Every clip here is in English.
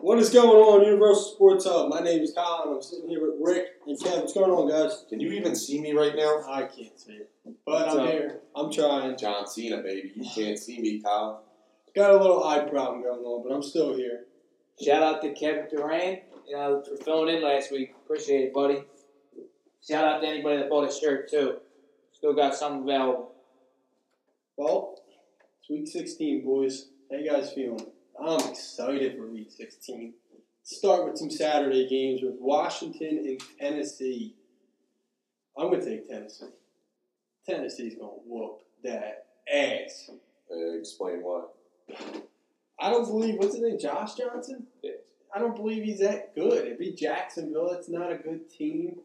What is going on, Universal Sports Hub? My name is Kyle, and I'm sitting here with Rick and Kev. What's going on, guys? Can you even see me right now? I can't see it, but What's I'm up? here. I'm trying. John Cena, baby. You can't see me, Kyle. Got a little eye problem going on, but I'm still here. Shout out to Kevin Durant you know, for filling in last week. Appreciate it, buddy. Shout out to anybody that bought a shirt too. Still got some available. Well, it's week 16, boys. How you guys feeling? I'm excited for week 16. Start with some Saturday games with Washington and Tennessee. I'm gonna take Tennessee. Tennessee's gonna whoop that ass. Uh, explain why. I don't believe what's his name, Josh Johnson. I don't believe he's that good. It'd be Jacksonville. That's not a good team.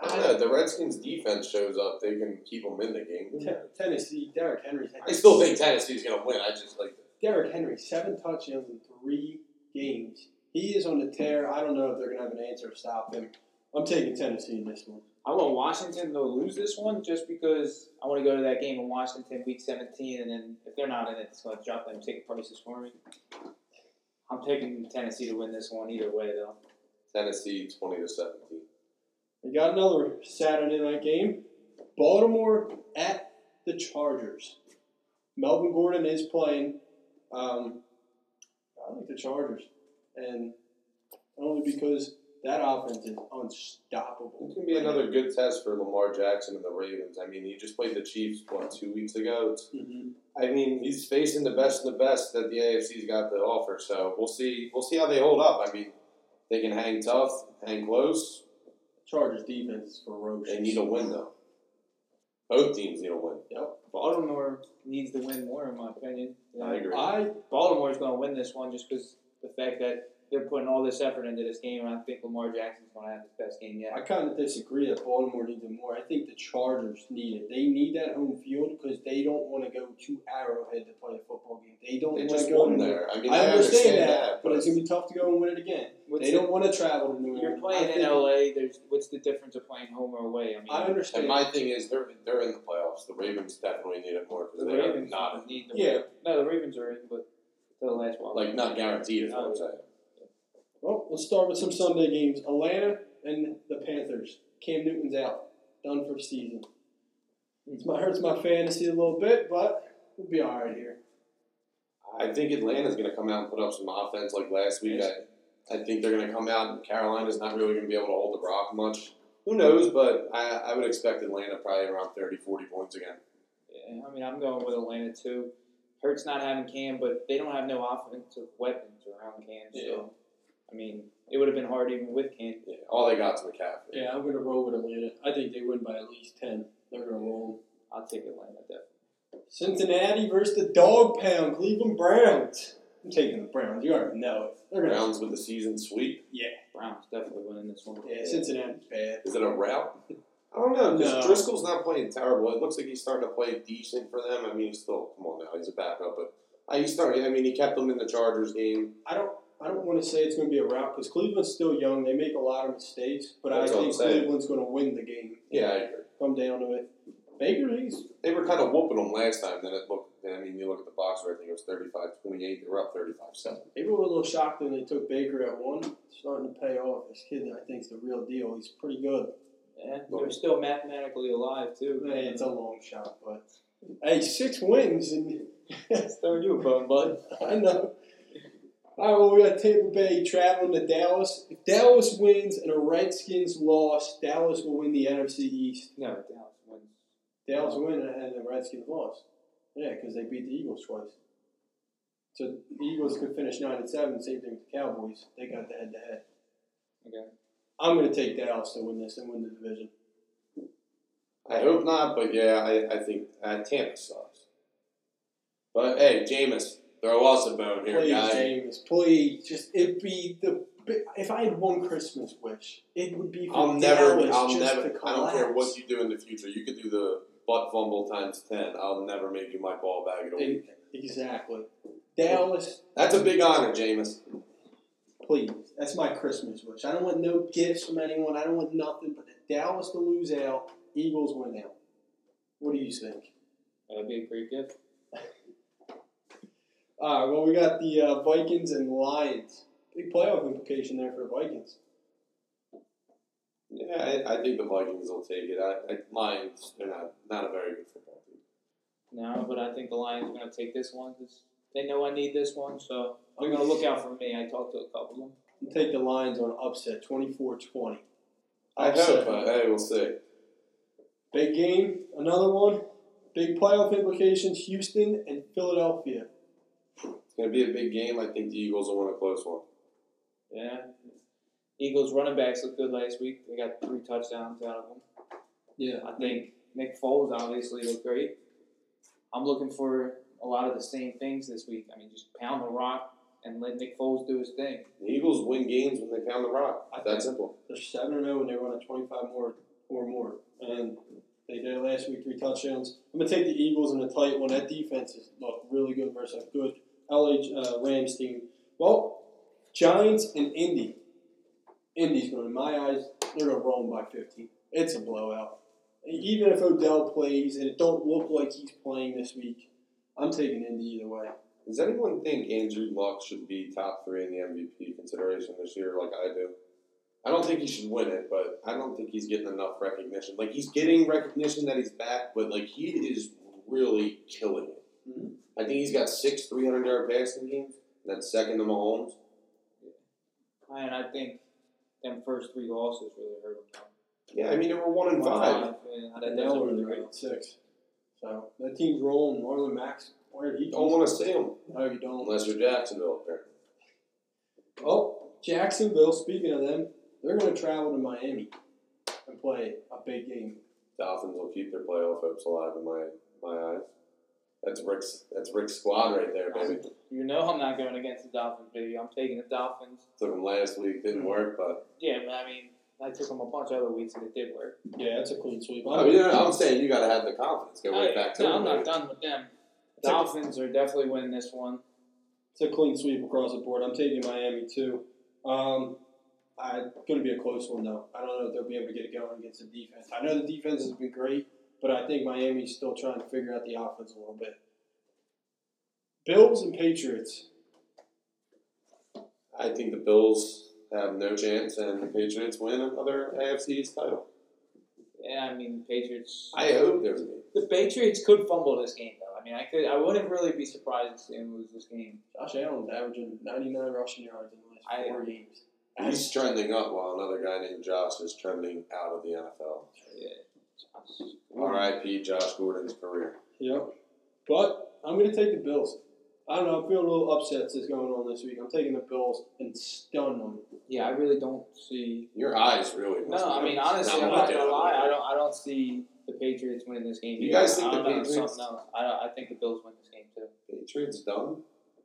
I don't know. Uh, The Redskins' defense shows up. They can keep them in the game. Te- Tennessee. Derrick Henry. I still think Tennessee's going to win. I just like Derrick Henry, seven touchdowns in three games. He is on the tear. I don't know if they're going to have an answer to stop him. I'm taking Tennessee in this one. I want Washington to lose this one just because I want to go to that game in Washington week 17, and then if they're not in it, it's going to drop them ticket prices for me. I'm taking Tennessee to win this one either way, though. Tennessee 20 to 17. We got another Saturday night game. Baltimore at the Chargers. Melvin Gordon is playing. Um, I like the Chargers, and only because that offense is unstoppable. It can be another good test for Lamar Jackson and the Ravens. I mean, he just played the Chiefs, what, two weeks ago? It's- Mhm. I mean, he's facing the best of the best that the AFC's got to offer. So we'll see. We'll see how they hold up. I mean, they can hang tough, hang close. Chargers defense is ferocious. They need a win, though. Both teams need a win. Baltimore needs to win more, in my opinion. You know, I agree. I Baltimore's going to win this one just because the fact that they're putting all this effort into this game, and I think Lamar Jackson's going to have his best game yet. I kind of disagree that Baltimore needs it more. I think the Chargers need it. They need that home field because they don't want to go to Arrowhead to play a football game. They don't They want just to go won to- there. I mean, I understand that, but but it's gonna be tough to go and win it again. What's they the- don't want to travel to New England. you're I playing in think- LA. There's what's the difference of playing home or away? I mean, I understand. and my thing is, they're they're in the playoffs. The Ravens definitely need it more the because they are Ravens not need the yeah. No, the Ravens are in, but the last one. like not guaranteed. Is what I'm saying. Well, let's start with some Sunday games. Atlanta and the Panthers. Cam Newton's out, done for season. It's my hurts my fantasy a little bit, but we'll be all right here. I think Atlanta's going to come out and put up some offense like last week. I, I think they're going to come out. and Carolina's not really going to be able to hold the rock much. Who knows? But I, I would expect Atlanta probably around 30, 40 points again. Yeah, I mean, I'm going with Atlanta too. Hurts not having Cam, but they don't have no offensive weapons around Cam. So, I mean, it would have been hard even with Cam. Yeah, all they got's McCaffrey. Yeah, I'm gonna roll with Atlanta. I think they win by at least ten. They're gonna roll. I'll take Atlanta definitely. Cincinnati versus the Dog Pound, Cleveland Browns. I'm taking the Browns. You already know it. They're gonna. Browns with the season sweep. Browns definitely winning this one. Yeah, Cincinnati's bad. Is it a route? I don't know. 'cause No. Driscoll's not playing terrible. It looks like he's starting to play decent for them. I mean, he's still come on now. He's a backup, but uh, he's starting. I mean, he kept them in the Chargers game. I don't. I don't want to say it's going to be a rout because Cleveland's still young. They make a lot of mistakes, but That's I what I'm think saying. Cleveland's going to win the game. Yeah, I agree. Come down to it. Baker, he's They were kind of whooping them last time. Then it looked. I mean, you look at the box score. I think it was 35-28. They were up 35-7. they were a little shocked when they took Baker at one. It's starting to pay off. This kid, I think, is the real deal. He's pretty good. Yeah, they're still mathematically alive too. Hey, it's a long shot, but hey, six wins and throwing you a bone, bud. I know. All right, well, we got Tampa Bay traveling to Dallas. If Dallas wins and a Redskins loss, Dallas will win the NFC East. No, Dallas wins. Dallas win and the Redskins lost. Yeah, because they beat the Eagles twice. So the Eagles could finish nine and seven. Same thing with the Cowboys. They got the head to head. Okay. I'm going to take Dallas to win this and win the division. I hope not, but yeah, I, I think uh, Tampa sucks. But hey, Jameis, throw us a bone here, Please, guy. James. Please, just it be the. If I had one Christmas wish, it would be for I'll Dallas never. I'll just never. to I don't care collapse. what you do in the future. You could do the butt fumble times ten. I'll never make you my ball bag at all. E- Exactly. Dallas, That's a big honor, Jameis. please. That's my Christmas wish. I don't want no gifts from anyone. I don't want nothing but the Dallas to lose out, Eagles win out. What do you think? That'd be a great gift. All right, well, we got the uh, Vikings and Lions. Big playoff implication there for the Vikings. Yeah, I, I think the Vikings will take it. I, I Lions, they're not not a very good football team. No, but I think the Lions are going to take this one because they know I need this one. So they're going to look out for me. I talked to a couple of them. I'll take the Lions on upset 24-20. I Upset. hope, but hey, we'll see. Big game, another one. Big playoff implications, Houston and Philadelphia. It's gonna be a big game. I think the Eagles will win a close one. Yeah. Eagles running backs looked good last week. They got three touchdowns out of them. Yeah. I think Nick Foles obviously looked great. I'm looking for a lot of the same things this week. I mean, just pound the rock and let Nick Foles do his thing. The Eagles win games when they pound the rock. I That simple. They're 7 and 0 and they run at 25 more or more. And they did it last week, three touchdowns. I'm going to take the Eagles in a tight one. That defense is look really good versus a good LA uh, Rams team. Well, Giants and Indy. Indy's going, to, in my eyes, they're going to roll 'em by 15. It's a blowout. And even if Odell plays and it don't look like he's playing this week, I'm taking Indy either way. Does anyone think Andrew Luck should be top three in the MVP consideration this year, like I do? I don't think he should win it, but I don't think he's getting enough recognition. Like he's getting recognition that he's back, but like he is really killing it. Mhm. I think he's got six 300 yard passing games, and that's second to Mahomes. And I think them first three losses really hurt them. Yeah, I mean they were one and five. Yeah, that And doesn't now we're in the really grade hurt. six. So that team's rolling. Marlon Max, where did he You go? don't want to see him No, you don't. unless you're Jacksonville. Apparently, Oh, Jacksonville, speaking of them, they're going to travel to Miami and play a big game. Dolphins will keep their playoff hopes alive in my my eyes. That's Rick's. That's Rick's squad right there, baby. You know I'm not going against the Dolphins, baby. I'm taking the Dolphins. Took him last week, didn't work, but. Yeah, but I mean, I took them a bunch of other weeks and it did work. Yeah, that's a clean sweep. I mean, no, no, Oh, I'm saying you got to have the confidence. Go right I- back to no, it, I'm not man. done with them. Dolphins are definitely winning this one. It's a clean sweep across the board. I'm taking Miami too. Um, I going to be a close one though. I don't know if they'll be able to get it going against the defense. I know the defense has been great, but I think Miami's still trying to figure out the offense a little bit. Bills and Patriots. I think the Bills have no chance, and the Patriots win another AFC's title. Yeah, I mean, Patriots. I hope there's me. The Patriots could fumble this game though. I mean, I could. I wouldn't really be surprised to see them lose this game. Josh Allen's averaging 99 rushing yards in the last I- four games. He's trending up while another guy named Josh is trending out of the NFL. Yeah. R.I.P. Josh Gordon's career. Yep. But I'm going to take the Bills. I don't know. I'm feeling a little upsets that's going on this week. I'm taking the Bills and stun them. Yeah, I really don't see. Your eyes really. must No, I be mean up. honestly, Nah, I'm not doing gonna it. lie. I don't. I don't see the Patriots winning this game. You either. guys think I the don't know, Patriots- something else. I don't. I think the Bills win this game too. Patriots done.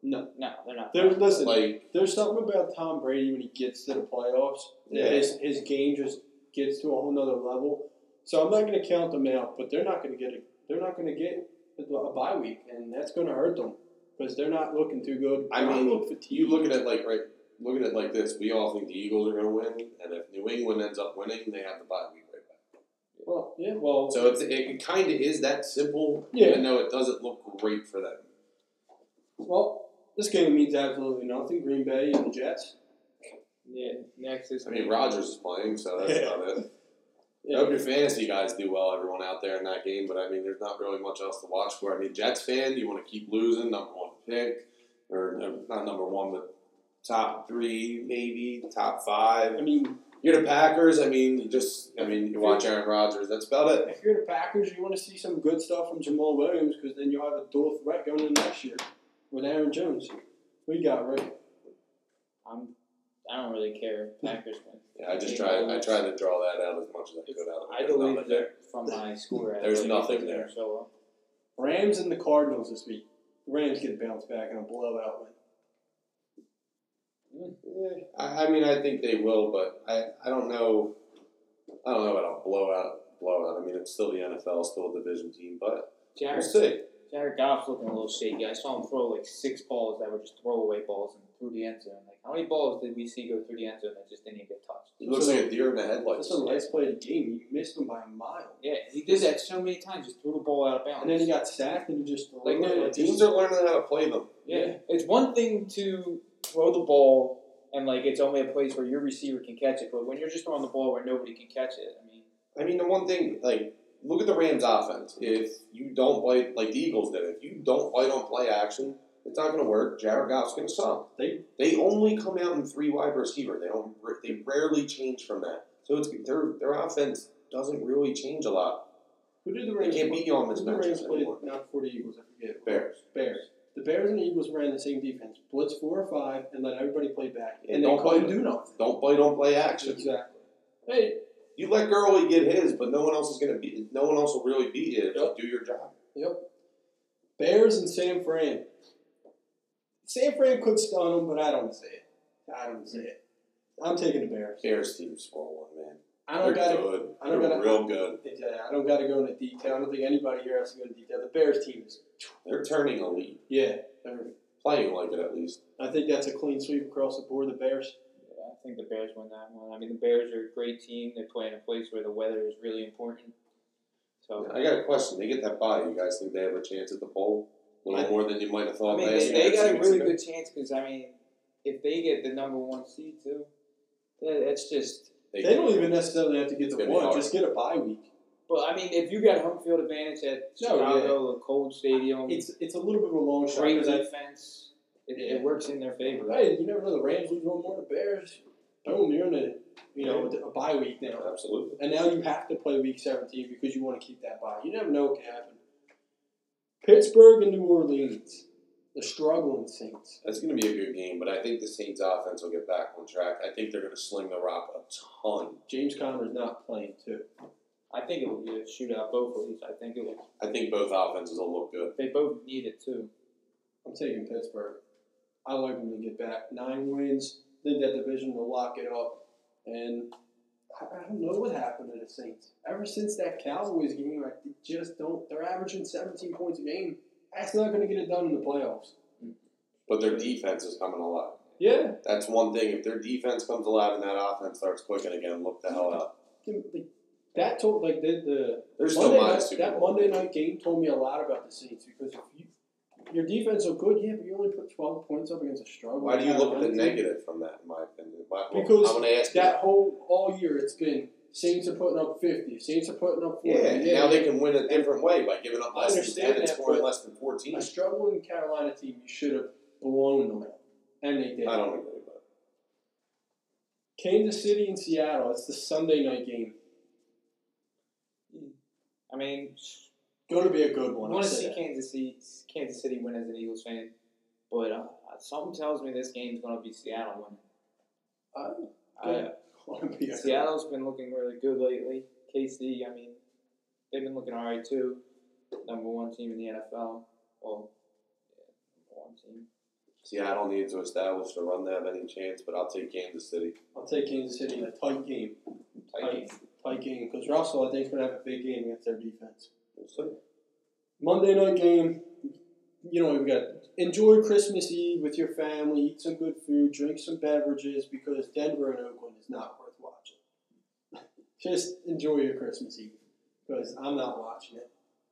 No. No, they're not. There, listen, Like there's something about Tom Brady when he gets to the playoffs. Yeah. Yeah. His, his game just gets to a whole nother level. So I'm not going to count them out, but they're not going to get a, they're not going to get a bye week, and that's going to hurt them because they're not looking too good. I They mean, look fatigued. you look at it like right. Look at it like this. We all think the Eagles are going to win, and if New England ends up winning, they have the bye week right back. Well, yeah. Well, So it's, it kind of is that simple, Yeah. even though it doesn't look great for them. well, this game means absolutely nothing. Green Bay and the Jets. Yeah, next is. I mean, Rogers is playing, so that's Yeah. about it. I hope your fantasy guys do well, everyone out there in that game, but I mean, there's not really much else to watch for. I mean, Jets fan, you want to keep losing, number one pick, or uh, not number one, but top three, maybe, top five. I mean, You're the Packers, I mean, you just, I mean, you watch Aaron Rodgers, that's about it. If you're the Packers, you want to see some good stuff from Jamal Williams because then you'll have a dual threat going in next year with Aaron Jones. We got Rick. I'm. I don't really care. if Packers win. Yeah, I just tried, I tried to draw that out as much as I could out of it. I There's nothing deleted there. it from my score. There's nothing there. So, uh, Rams and the Cardinals this week. Rams get a bounce back and a blowout win. Yeah, Eh, I, I mean, I think they will, but I, I don't know. I don't know about a blowout. Blowout. I mean, it's still the NFL, still a division team, but we'll uh, Jared, see. Jared Goff's looking a little shaky. I saw him throw like six balls that were just throwaway balls and through the end zone. Like, how many balls did we see go through the end zone that just didn't even get touched? He looks like a deer in the headlights. That's the last play of the game. You missed them by a mile. Yeah, he did that so many times. Just threw the ball out of bounds. And then he got sacked and he just threw Like, it. no, Like, Teams are learning how to play them. yeah, it's one thing to throw the ball and like it's only a place where your receiver can catch it. But when you're just throwing the ball where nobody can catch it, I mean, I mean, the one thing, like, look at the Rams' offense. If you don't play, like the Eagles did, if you don't play on play action, it's not going to work. Jared Goff's going to suck. They- they only come out in three wide receiver. They don't. They rarely change from that. So it's their their offense doesn't really change a lot. Who did the They Rams? can't beat you on who this did the Rams matchup play anymore. not for the Eagles? I forget. Bears. Bears. The Bears and the Eagles ran the same defense, blitz four or five, and let everybody play back, Yeah, and they don't couldn't play. do nothing. Don't play, don't play action. Exactly. Hey, You let Gurley get his, but no one else is going to beat. No one else will really beat you if Yep. you do your job. Bears and Sam Fran. Sam Fran could stun them, but I don't see it. I don't see it. I'm taking the Bears. Bears team small one man. I don't They're got to. good. I don't They're gotta- real good. I don't got to go into detail. I don't think anybody here has to go into detail. The Bears team is. They're turning elite, Yeah, they're- playing like it at least. I think that's a clean sweep across the board. The Bears. Yeah, I think the Bears win that one. I mean, the Bears are a great team. They play in a place where the weather is really important. So I got a question. They get that bye. You guys think they have a chance at the bowl? A little I- more than you might have I thought mean, last they, year. they two got a weeks really ago? good chance because I mean, if they get the number one seed too, that, that's just. They don't even necessarily have to get It's the gonna be one. hard. Just get a bye week. But I mean, if you got home field advantage at No, yeah. Chicago, a cold stadium, It's it's a little bit of a long shot great because I defense, it, it works in their favor. Hey, you never know. The Rams lose one more. The Bears, boom, you're in a you know a bye week now, Absolutely. and now you have to play Week 17 because you want to keep that bye. You never know what can happen. Pittsburgh and New Orleans, the struggling Saints. That's going to be a good game, but I think the Saints' offense will get back on track. I think they're going to sling the rock a ton. James Conner's not playing too. I think it will be a shootout both ways. I think it will. I think both offenses will look good. They both need it too. I'm taking Pittsburgh. I like them to get back nine wins. I think that division will lock it up, and I I don't know what happened to the Saints. Ever since that Cowboys game, I just don't. They're averaging 17 points a game. That's not going to get it done in the playoffs. But their defense is coming alive. Yeah, That's one thing. If their defense comes alive and that offense starts clicking again, look the hell out. like, that told like the the They're still Monday my night, Super that Bowl. Monday night game told me a lot about the Saints because if you your defense are good, yeah, but you only put 12 points up against a strong. Why do you look at Carolina the team. negative from that, in my opinion? Why, Because I'm going to ask you that whole all year it's been Saints are putting up fifty, Saints are putting up forty. Yeah, and now they can win a different way by giving up I less than understand 10 and that, scoring but- less than 14. a struggling Carolina team. You should have blown them out, and they did. I don't agree, but Kansas City and Seattle. It's the Sunday night game. I mean, Going to be a good I one. want I to say see that. Kansas City, Kansas City win as an Eagles fan, but uh, something tells me this game's going to be Seattle I winning. want to be Uh, a Seattle's been looking really good lately. KC, I mean, they've been looking all right too. Number one team in the NFL. Well, yeah, number one team. Seattle needs to establish to run that any chance, but I'll take Kansas City. I'll take Kansas City in a tight game. Titans. Tight game because Russell I think is going to have a big game against their defense. We'll see. Monday night game. You know, we've got enjoy Christmas Eve with your family, eat some good food, drink some beverages because Denver and Oakland is not worth watching. Just enjoy your Christmas Eve because I'm not watching it.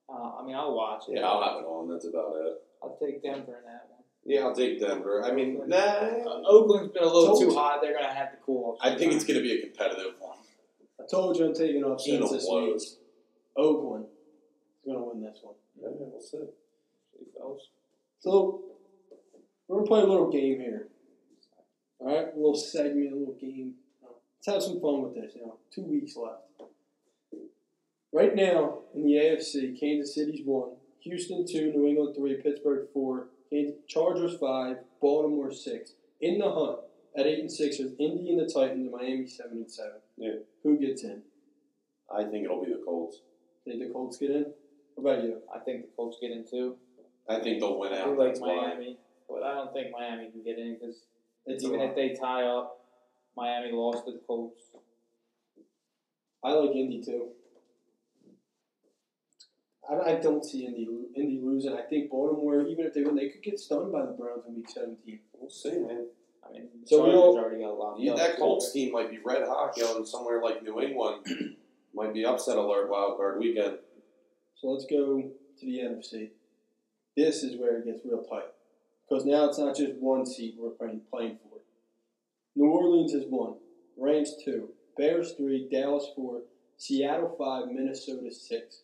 Uh, I mean, I'll watch it. Yeah, I'll have it on. That's about it. I'll take Denver in that one. Yeah, I'll take Denver. I mean, Uh, nah, Oakland's been a little Told too you. hot. They're going to have to cool off. I think it's going to be a competitive one. I told you I'm taking off Geno Kansas Eve. blows. Oakland is going to win this one. Yeah, we'll see. So we're gonna play a little game here. All right, a little segment, a little game. Let's have some fun with this. You know, two weeks left. Right now in the AFC, Kansas City's one, Houston two, New England three, Pittsburgh four, Kansas, Chargers five, Baltimore six. In the hunt at eight and six is Indy and the Titans, and Miami seven and seven. Yeah. Who gets in? I think it'll be the Colts. Think the Colts get in? What about you? I think the Colts get in too. I think they'll win I out. do like That's why. Miami, but I don't think Miami can get in because It's a even lot. if they tie up, Miami lost to the Colts. I like Indy too. I, I don't see Indy lo- Indy losing. I think Baltimore, even if they win, they could get stunned by the Browns in Week 17. We'll see, man. I mean, the So we Chargers all- already got locked Yeah, up. that Colts team might be red hot going somewhere like New England. might be upset alert wild card weekend. So let's go to the NFC. This is where it gets real tight because now it's not just one seed we're playing playing for. New Orleans is one, Rams two, Bears three, Dallas four, Seattle five, Minnesota six.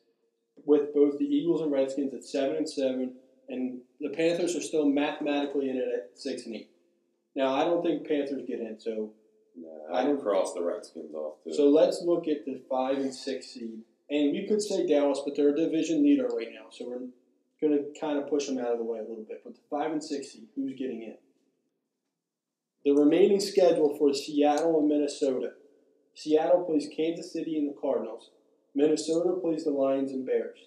With both the Eagles and Redskins at seven and seven, and the Panthers are still mathematically in it at six and eight. Now I don't think Panthers get in, so Nah, I would cross the Redskins off too. so let's look at the five and six seed, and we could say Dallas, but they're a division leader right now, so we're going to kind of push them out of the way a little bit. But the five and six seed, who's getting in? The remaining schedule for Seattle and Minnesota. Seattle plays Kansas City and the Cardinals. Minnesota plays the Lions and Bears.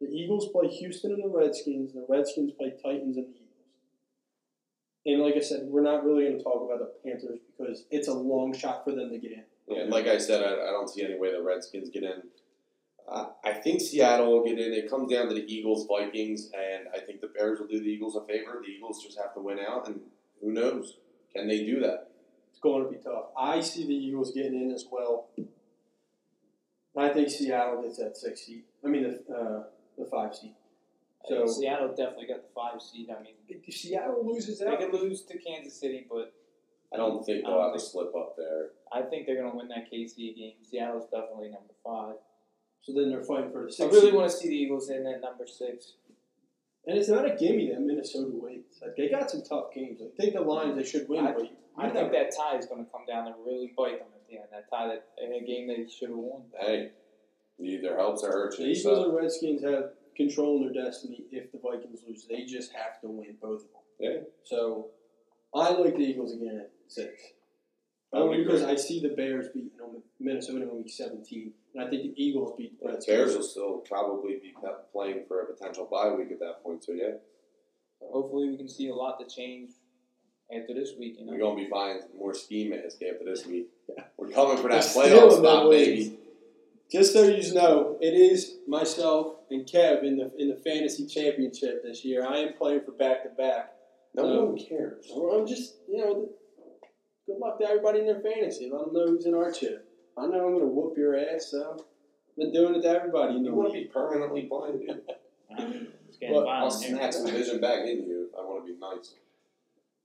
The Eagles play Houston and the Redskins. The Redskins play Titans and the Eagles. And like I said, we're not really going to talk about the Panthers because it's a long shot for them to get in. Yeah, and like I said, I, I don't see any way the Redskins get in. Uh, I think Seattle will get in. It comes down to the Eagles, Vikings, and I think the Bears will do the Eagles a favor. The Eagles just have to win out, and who knows? Can they do that? It's going to be tough. I see the Eagles getting in as well. I think Seattle gets that six seed. I mean, the, uh, the five seed. So- Seattle definitely got the five seed. I mean, If Seattle loses they out, could lose to Kansas City, but I don't think I they'll don't have a think- slip up there. I think they're gonna win that KC game. Seattle's definitely number five. so then they're fighting for the six. I really seed. want to see the Eagles in at number six. and it's not a gimme that Minnesota wins. Like they got some tough games. I think the Lions they should win. I- but you I never- think that tie is going to come down and really bite them at the end. That tie, that in a game they should have won. Hey, it either helps or hurts the you. Eagles So, and Redskins have control in their destiny. If the Vikings lose, they just have to win both of them. Yeah. So I like the Eagles again at six. I would Only because agree. I see the Bears beating them- Minnesota in week 17, and I think the Eagles beat the the Redskins. Bears will still probably be pe- playing for a potential bye week at that point. So yeah, Hopefully, we can see a lot to change after this week. You we're know, gonna be buying more ski mask after this week. We're coming for that We're stealing playoff spot, that baby. Just so you know, it is myself and Kev in the in the fantasy championship this year. I am playing for back to back. No Um, one cares. I'm just you know, good luck to everybody in their fantasy. Let them know who's in our chip. I know I'm gonna whoop your ass. So I've been doing it to everybody. in the You want to league. be permanently blind, dude. it's getting Well, I'll violent. here. snatch the vision back in you if I want to be nice.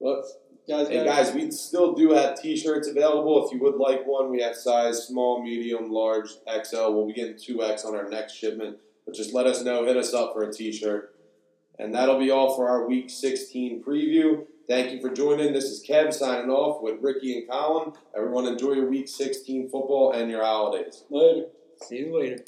Look, guys, Hey guys, we still do have T-shirts available. If you would like one, we have size small, medium, large, XL. We'll be getting two X on our next shipment. But just let us know. Hit us up for a T-shirt, and that'll be all for our Week 16 preview. Thank you for joining. This is Kev signing off with Ricky and Colin. Everyone, enjoy your Week 16 football and your holidays. later. See you later.